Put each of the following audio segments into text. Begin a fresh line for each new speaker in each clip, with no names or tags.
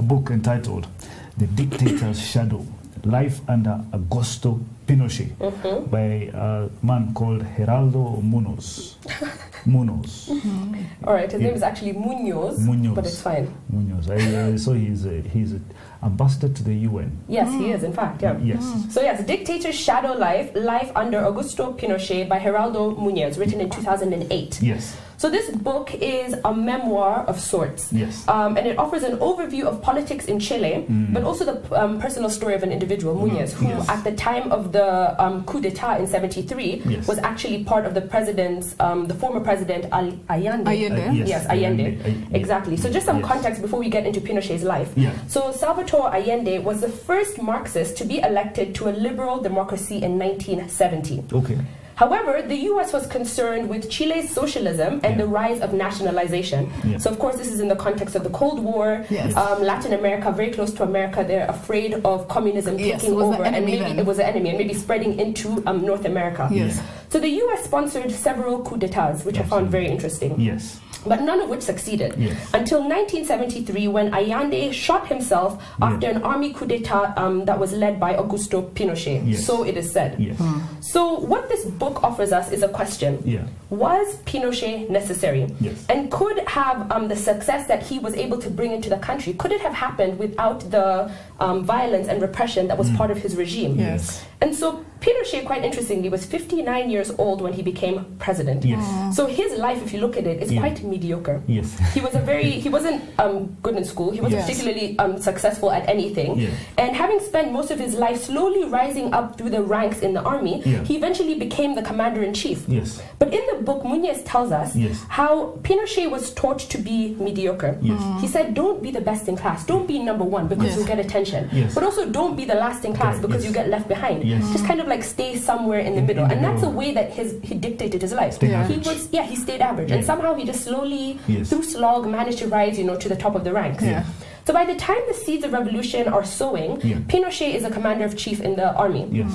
book entitled The Dictator's Shadow Life Under Augusto Pinochet
Mm-hmm.
by a man called Geraldo Munoz. Munoz.
All right, his
Yeah.
name is actually Munoz,
Munoz.
but it's fine.
Munoz. I, I saw he's a, he's a ambassador to the UN.
Yes, he
Hmm.
is, in fact, yeah. Mm.
Yes.
So yes, Dictator's Shadow Life, Life Under Augusto Pinochet by Geraldo Munoz, written in 2008.
Yes.
So this book is a memoir of sorts.
Yes.
Um, and it offers an overview of politics in Chile, but also the um, personal story of an individual, Muñez, who
Hmm. Yes.
at the time of the um, coup d'etat in 73
Yes.
was actually part of the president's, um, the former president Al-
Uh,
Allende.
Allende.
Yes, Allende.
Allende.
Exactly. So just some
Yes.
context before we get into Pinochet's life.
Yeah.
So Salvatore Allende was the first Marxist to be elected to a liberal democracy in 1970.
Okay.
However, the US was concerned with Chile's socialism and
Yeah.
the rise of nationalization.
Yeah.
So, of course, this is in the context of the Cold War.
Yes.
Um, Latin America, very close to America, they're afraid of communism
Yes,
taking
it was the
over and
enemy
maybe
then.
it was an enemy and maybe spreading into um, North America.
Yes.
So, the US sponsored several coups d'etats, which I found very interesting,
Yes.
but none of which succeeded
Yes.
until 1973 when Allende shot himself
Yeah.
after an army coup d'etat um, that was led by Augusto Pinochet.
Yes.
So, it is said.
Yes.
So, what this book offers us is a question.
Yeah.
Was Pinochet necessary?
Yes.
And could have um, the success that he was able to bring into the country, could it have happened without the um, violence and repression
Mm.
that was part of his regime?
Yes.
And so Pinochet, quite interestingly, was 59 years old when he became president.
Yes.
So his life, if you look at it, is
Yeah.
quite mediocre.
Yes.
He was a very he wasn't um, good in school. He wasn't
Yes.
particularly um, successful at anything.
Yeah.
And having spent most of his life slowly rising up through the ranks in the army,
Yeah.
he eventually became the commander in chief.
Yes.
But in the book, Muñez tells us
Yes.
how Pinochet was taught to be mediocre.
Yes.
He said, "Don't be the best in class. Don't be number one because
Yes.
you'll get attention.
Yes.
But also, don't be the last in class
Correct.
because
Yes.
you get left behind.
Yes.
Just kind of like stay somewhere in the
In-
middle.
in the
and that's a
middle.
way that his he dictated his life.
Stay
Yeah.
He
average.
was yeah he stayed average, and
Yeah.
somehow he just slowly
Yes.
through slog managed to rise you know to the top of the ranks.
Yeah.
So by the time the seeds of revolution are sowing,
Yeah.
Pinochet is a commander of chief in the army.
Yes.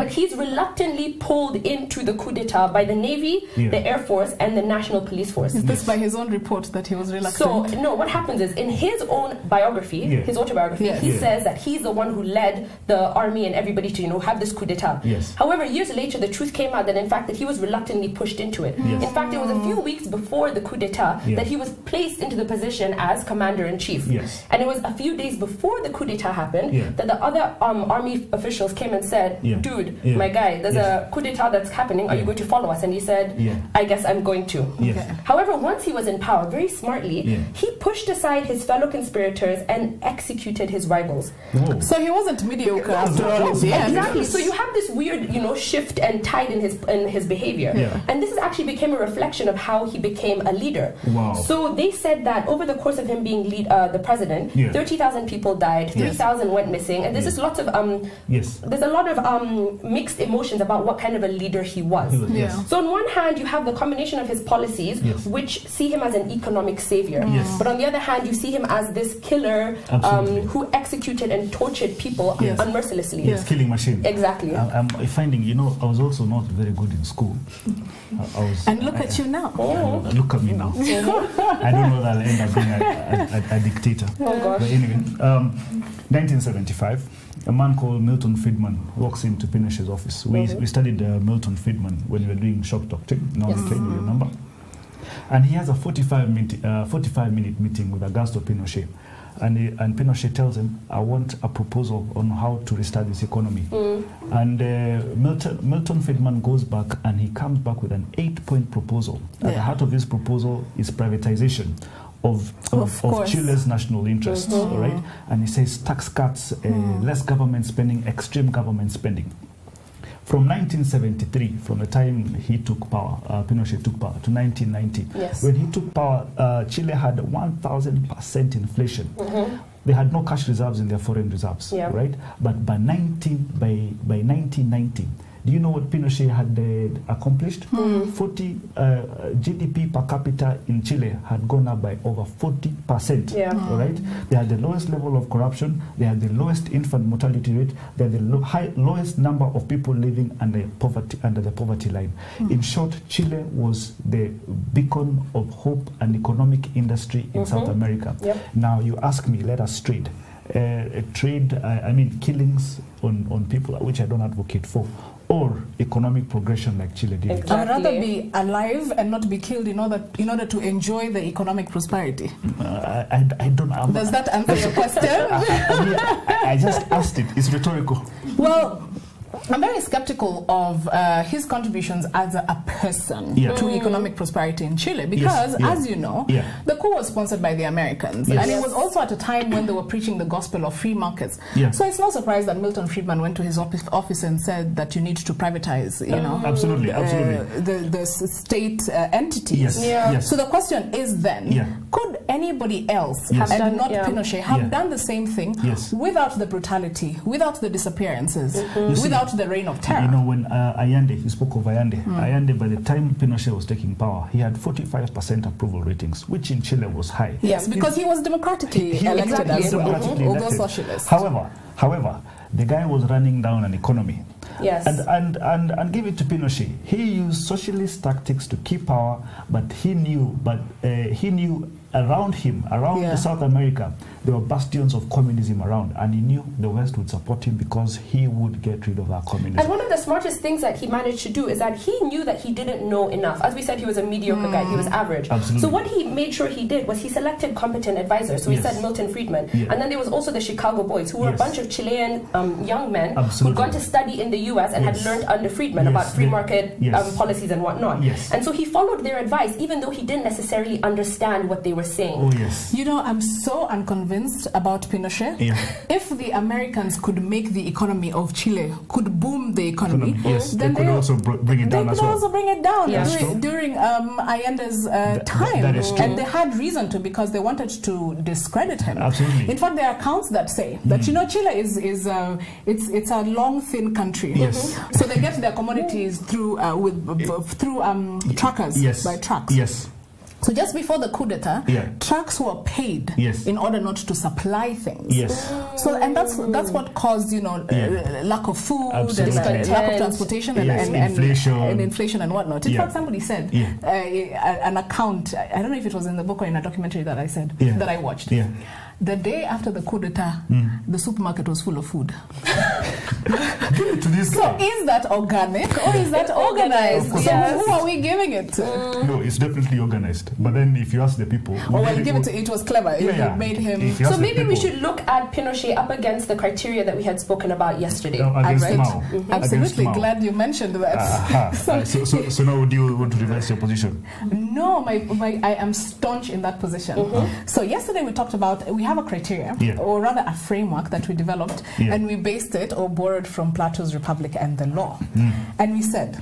But he's reluctantly pulled into the coup d'etat by the Navy,
Yeah.
the Air Force, and the National Police Force.
Is this by his own report that he was reluctant?
So, no, what happens is in his own biography,
Yeah.
his autobiography,
Yes.
he
Yeah.
says that he's the one who led the army and everybody to, you know, have this coup d'etat.
Yes.
However, years later, the truth came out that, in fact, that he was reluctantly pushed into it.
Yes.
In fact, it was a few weeks before the coup d'etat
Yeah.
that he was placed into the position as commander in chief.
Yes.
And it was a few days before the coup d'etat happened
Yeah.
that the other um, army officials came and said,
Yeah.
dude,
Yeah.
my guy, there's
Yes.
a coup d'etat that's happening. Are you
Yeah.
going to follow us? And he said,
Yeah.
I guess I'm going to.
Yes.
Okay.
However, once he was in power, very smartly,
Yeah.
he pushed aside his fellow conspirators and executed his rivals.
Whoa.
So he wasn't mediocre after
Exactly.
all in the end.
Exactly. So you have this weird, you know, shift and tide in his in his behavior.
Yeah.
And this is actually became a reflection of how he became a leader.
Wow.
So they said that over the course of him being lead, uh, the president,
Yeah.
thirty thousand people died,
Yes.
three thousand went missing, and there's just lots of um,
Yes.
there's a lot of um, mixed emotions about what kind of a leader he was.
He was-
Yeah.
Yes.
So on one hand, you have the combination of his policies,
Yes.
which see him as an economic savior.
Yes.
But on the other hand, you see him as this killer um,
Absolutely.
who executed and tortured people
Yes.
unmercilessly.
Yes. Killing machine.
Exactly.
I, I'm finding, you know, I was also not very good in school. I, I was.
And look at you now.
Oh.
Look at me now. I don't know that I'll end up being a, a, a, a dictator.
Oh,
But
gosh.
anyway, um, 1975, a man called Milton Friedman walks into Pinochet's office. We,
Mhm.
we studied uh, Milton Friedman when we were doing shock doctrine, normal
Yes.
training, you remember? And he has a 45 minute, uh, 45 minute meeting with Augusto Pinochet. And, he, and Pinochet tells him, I want a proposal on how to restart this economy. And uh, Milton, Milton Friedman goes back and he comes back with an eight point proposal. At the
Yeah.
heart of this proposal is privatization of, of,
Of
of
course.
Chile's national interests, all right? And he says tax cuts, uh, less government spending, extreme government spending. From 1973, from the time he took power, uh, Pinochet took power, to 1990,
Yes.
when he took power, uh, Chile had 1,000% inflation.
Mm-hmm.
They had no cash reserves in their foreign reserves,
Yeah.
right? But by 19 by by 1990, Do you know what Pinochet had uh, accomplished?
Hmm.
40 uh, GDP per capita in Chile had gone up by over 40 percent.
Yeah.
All right. They had the lowest level of corruption. They had the lowest infant mortality rate. They had the lo- high, lowest number of people living under poverty under the poverty line.
Hmm.
In short, Chile was the beacon of hope and economic industry in
Mm-hmm.
South America.
Yep.
Now you ask me, let us trade. Uh, uh, trade, I, I mean, killings on, on people, which I don't advocate for, or economic progression like Chile did.
Exactly.
I would rather be alive and not be killed in order in order to enjoy the economic prosperity.
Uh, I, I, I don't I'm-
Does that answer your question?
I, I mean, I- I just asked it. It's rhetorical.
well, I'm very skeptical of uh, his contributions as a, a person
Yeah.
to economic prosperity in Chile because,
yeah.
as you know,
Yeah.
the coup was sponsored by the Americans,
Yes.
and it was also at a time when they were preaching the gospel of free markets.
Yeah.
So it's no surprise that Milton Friedman went to his office, office and said that you need to privatize, you know,
Absolutely, absolutely.
uh, the the s- state uh, entities.
Yes,
Yeah.
yes.
So the question is then,
Yeah.
could anybody else,
Yes.
and
Done-
not
yeah.
Pinochet, have
Yeah.
done the same thing
Yes.
without the brutality, without the disappearances,
You see,
without the reign of terror?
You know, when uh, Allende, you spoke of Allende.
Hmm.
Allende, by the time Pinochet was taking power, he had 45% approval ratings, which in Chile was high.
yes, because he was democratically
He
elected
exactly
as
was
well,
democratically
although
elected.
socialist.
However, however, the guy was running down an economy.
Yes.
And, and, and, and give it to Pinochet. He used socialist tactics to keep power, but he knew, but uh, he knew around him, around
Yeah.
the South America, there were bastions of communism around, and he knew the West would support him because he would get rid of our communism.
And one of the smartest things that he managed to do is that he knew that he didn't know enough. As we said, he was a mediocre guy, he was average.
Hmm. Absolutely.
So what he made sure he did was he selected competent advisors. So he
Yes.
said Milton Friedman.
Yeah.
And then there was also the Chicago Boys, who were
Yes.
a bunch of Chilean um, young men
Absolutely.
who'd gone to study in the US and
Yes.
had learned under Friedman
Yes,
about free
they-
market
yes.
um, policies and whatnot.
Yes.
And so he followed their advice, even though he didn't necessarily understand what they were saying.
oh, yes.
You know, I'm so unconvinced about Pinochet.
Yeah.
If the Americans could make the economy of Chile, could boom the economy,
Economy, yes,
then
they could also br- bring it down
They
as
could
well.
also bring it down
Yeah.
That's
during,
true.
during um, Allende's uh,
Th-
time.
that is true.
And they had reason to because they wanted to discredit him.
Absolutely. Mm.
In fact, there are accounts that say that, you know, Chile is, is uh, it's, it's a long, thin country. Mm-hmm.
Yes.
So they get their commodities through, uh, with, b- b- through um, truckers,
Yes.
by trucks.
Yes.
So just before the coup d'etat,
Yeah.
trucks were paid
Yes.
in order not to supply things.
Yes.
So and that's that's what caused you know
Yeah.
uh, lack of food
Absolutely.
and uh, lack of
Discontent.
transportation and,
Yes,
and, and
inflation.
and inflation and whatnot. In
Yeah.
fact, somebody said
Yeah.
uh, a- an account. I I don't know if it was in the book or in a documentary that I said
Yeah.
that I watched.
Yeah. Hmm.
The day after the coup d'etat, the supermarket was full of food.
Give it to this
So
guy.
is that organic or is that organized?
Of course.
So
Yes.
who are we giving it to?
No, it's definitely organized. But then if you ask the people,
Or
we
Oh, well,
really
give it
would-
to it was clever. It
Yeah, yeah.
made him.
If you
So
ask the
maybe we
people-
should look at Pinochet up against the criteria that we had spoken about yesterday.
No, against
I've read-
Mao. Against
Mm-hmm. Absolutely
Mao.
glad you mentioned that.
Aha. Uh, so, so, so now do you want to reverse your position?
No, my, my I am staunch in that position. So yesterday we talked about we have a criteria
Mm-hmm. Yeah.
or rather a framework that we developed
Yeah.
and we based it or borrowed from Plato's Republic and the law,
Mm.
and we said.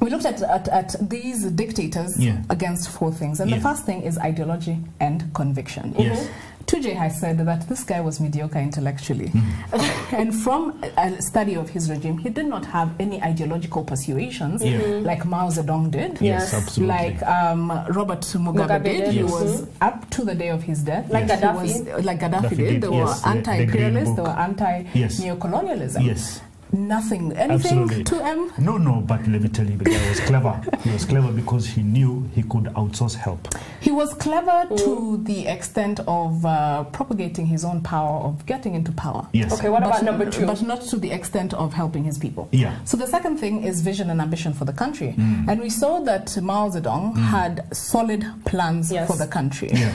We looked at, at, at these dictators
Yeah.
against four things. And the
Yeah.
first thing is ideology and conviction.
Yes.
2J has said that this guy was mediocre intellectually.
Mm.
and from a study of his regime, he did not have any ideological persuasions
Yeah. Mhm.
like Mao Zedong did.
Yes,
Yes.
absolutely.
Mm-hmm. Like um, Robert Mugabe,
Mugabe
did,
did,
he
Yes.
was up to the day of his death.
Like
he
Gaddafi.
was, like Gaddafi
Gaddafi
did.
did,
They
yes,
were
the- the Green
anti-imperialists. They
Book.
were
Yes.
anti-neocolonialism.
Yes.
Nothing. Anything
Absolutely.
to M.
No, no, but let me tell you, the guy was clever. He was clever because he knew he could outsource help.
He was clever to
Mm.
the extent of uh, propagating his own power, of getting into power.
Yes.
Okay, what
But-
about number two?
But not to the extent of helping his people.
Yeah. Mm.
So the second thing is vision and ambition for the country. And we saw that Mao Zedong had solid plans
Yes.
for the country.
Yeah.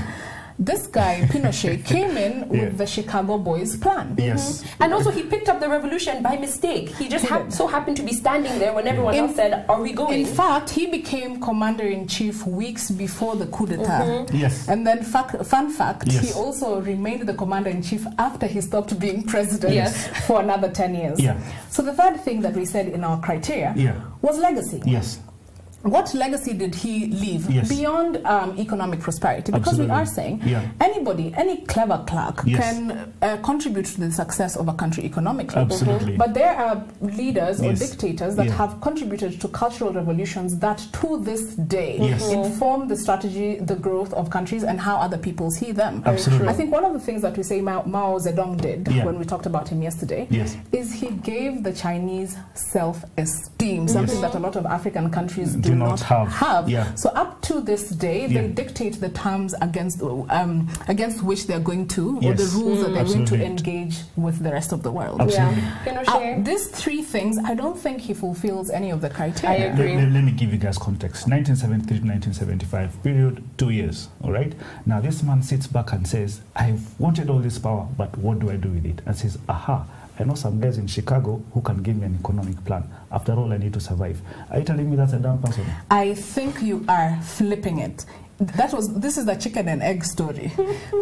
This guy, Pinochet, came in
Yeah.
with the Chicago Boys plan.
Yes.
And also, he picked up the revolution by mistake. He just hap- so happened to be standing there when everyone
In-
else said, "Are we going?"
In fact, he became commander in chief weeks before the coup d'etat.
Mm-hmm.
Yes.
Mm-hmm. And then, fac- fun fact, he
Yes.
also remained the commander in chief after he stopped being president
Yes.
for another 10 years.
Yeah.
So, the third thing that we said in our criteria
Yeah.
was legacy.
Yes.
what legacy did he leave
Yes.
beyond um, economic prosperity? Because we
Absolutely.
are saying
Yeah.
anybody, any clever clerk
Yes.
can uh, contribute to the success of a country economically.
Absolutely.
Mm-hmm. But there are
Yes.
leaders or dictators that
Yeah.
have contributed to cultural revolutions that to this day
Yes. Mhm.
inform the strategy, the growth of countries, and how other peoples see them.
Absolutely.
I think one of the things that we say Mao, Mao Zedong did
Yeah.
when we talked about him yesterday
Yes.
is he gave the Chinese self-esteem, something
Yes.
that a lot of African countries do,
Do not have. Yeah.
So up to this day, they
Yeah.
dictate the terms against um, against which they're going to, or
Yes.
the rules that they're
Absolutely.
going to engage with the rest of the world.
Absolutely.
Yeah.
Uh,
Pinochet.
these three things, I don't think he fulfills any of the criteria.
I
Let,
agree.
let- let me give you guys context. 1973 to 1975, period, two years, all right? Now, this man sits back and says, I've wanted all this power, but what do I do with it? And says, aha, I know some guys in Chicago who can give me an economic plan. After all, I need to survive. Are you telling me that's a dumb person?
I think you are flipping it. That was this is the chicken and egg story.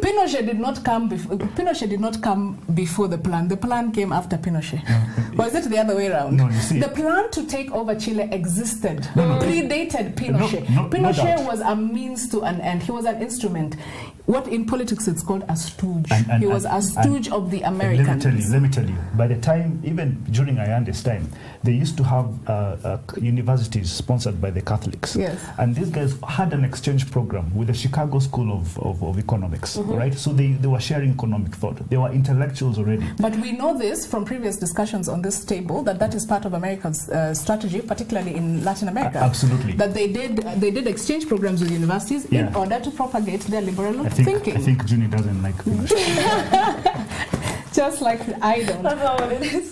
Pinochet did not come before Pinochet did not come before the plan. The plan came after Pinochet. Was it the other way around?
No, you see-
the plan to take over Chile existed, predated Pinochet.
No, no- no
Pinochet
doubt.
was a means to an end. He was an instrument. What in politics it's called a stooge.
And- and-
he was a
and-
stooge of the
And Let me
Americans.
tell you. Let me tell you. By the time, even during Ayande's time, they used to have uh, uh, universities sponsored by the Catholics.
Yes.
And these guys had an exchange program with the Chicago School of, of, of Economics,
Mm-hmm.
right? So they, they were sharing economic thought. They were intellectuals already.
But we know this from previous discussions on this table that that is part of America's uh, strategy, particularly in Latin America.
A- absolutely.
That they did they did exchange programs with universities in
Yeah.
order to propagate their liberal
I think
thinking,
I think Juni doesn't like Pinochet.
just like I don't.
That's not what it is.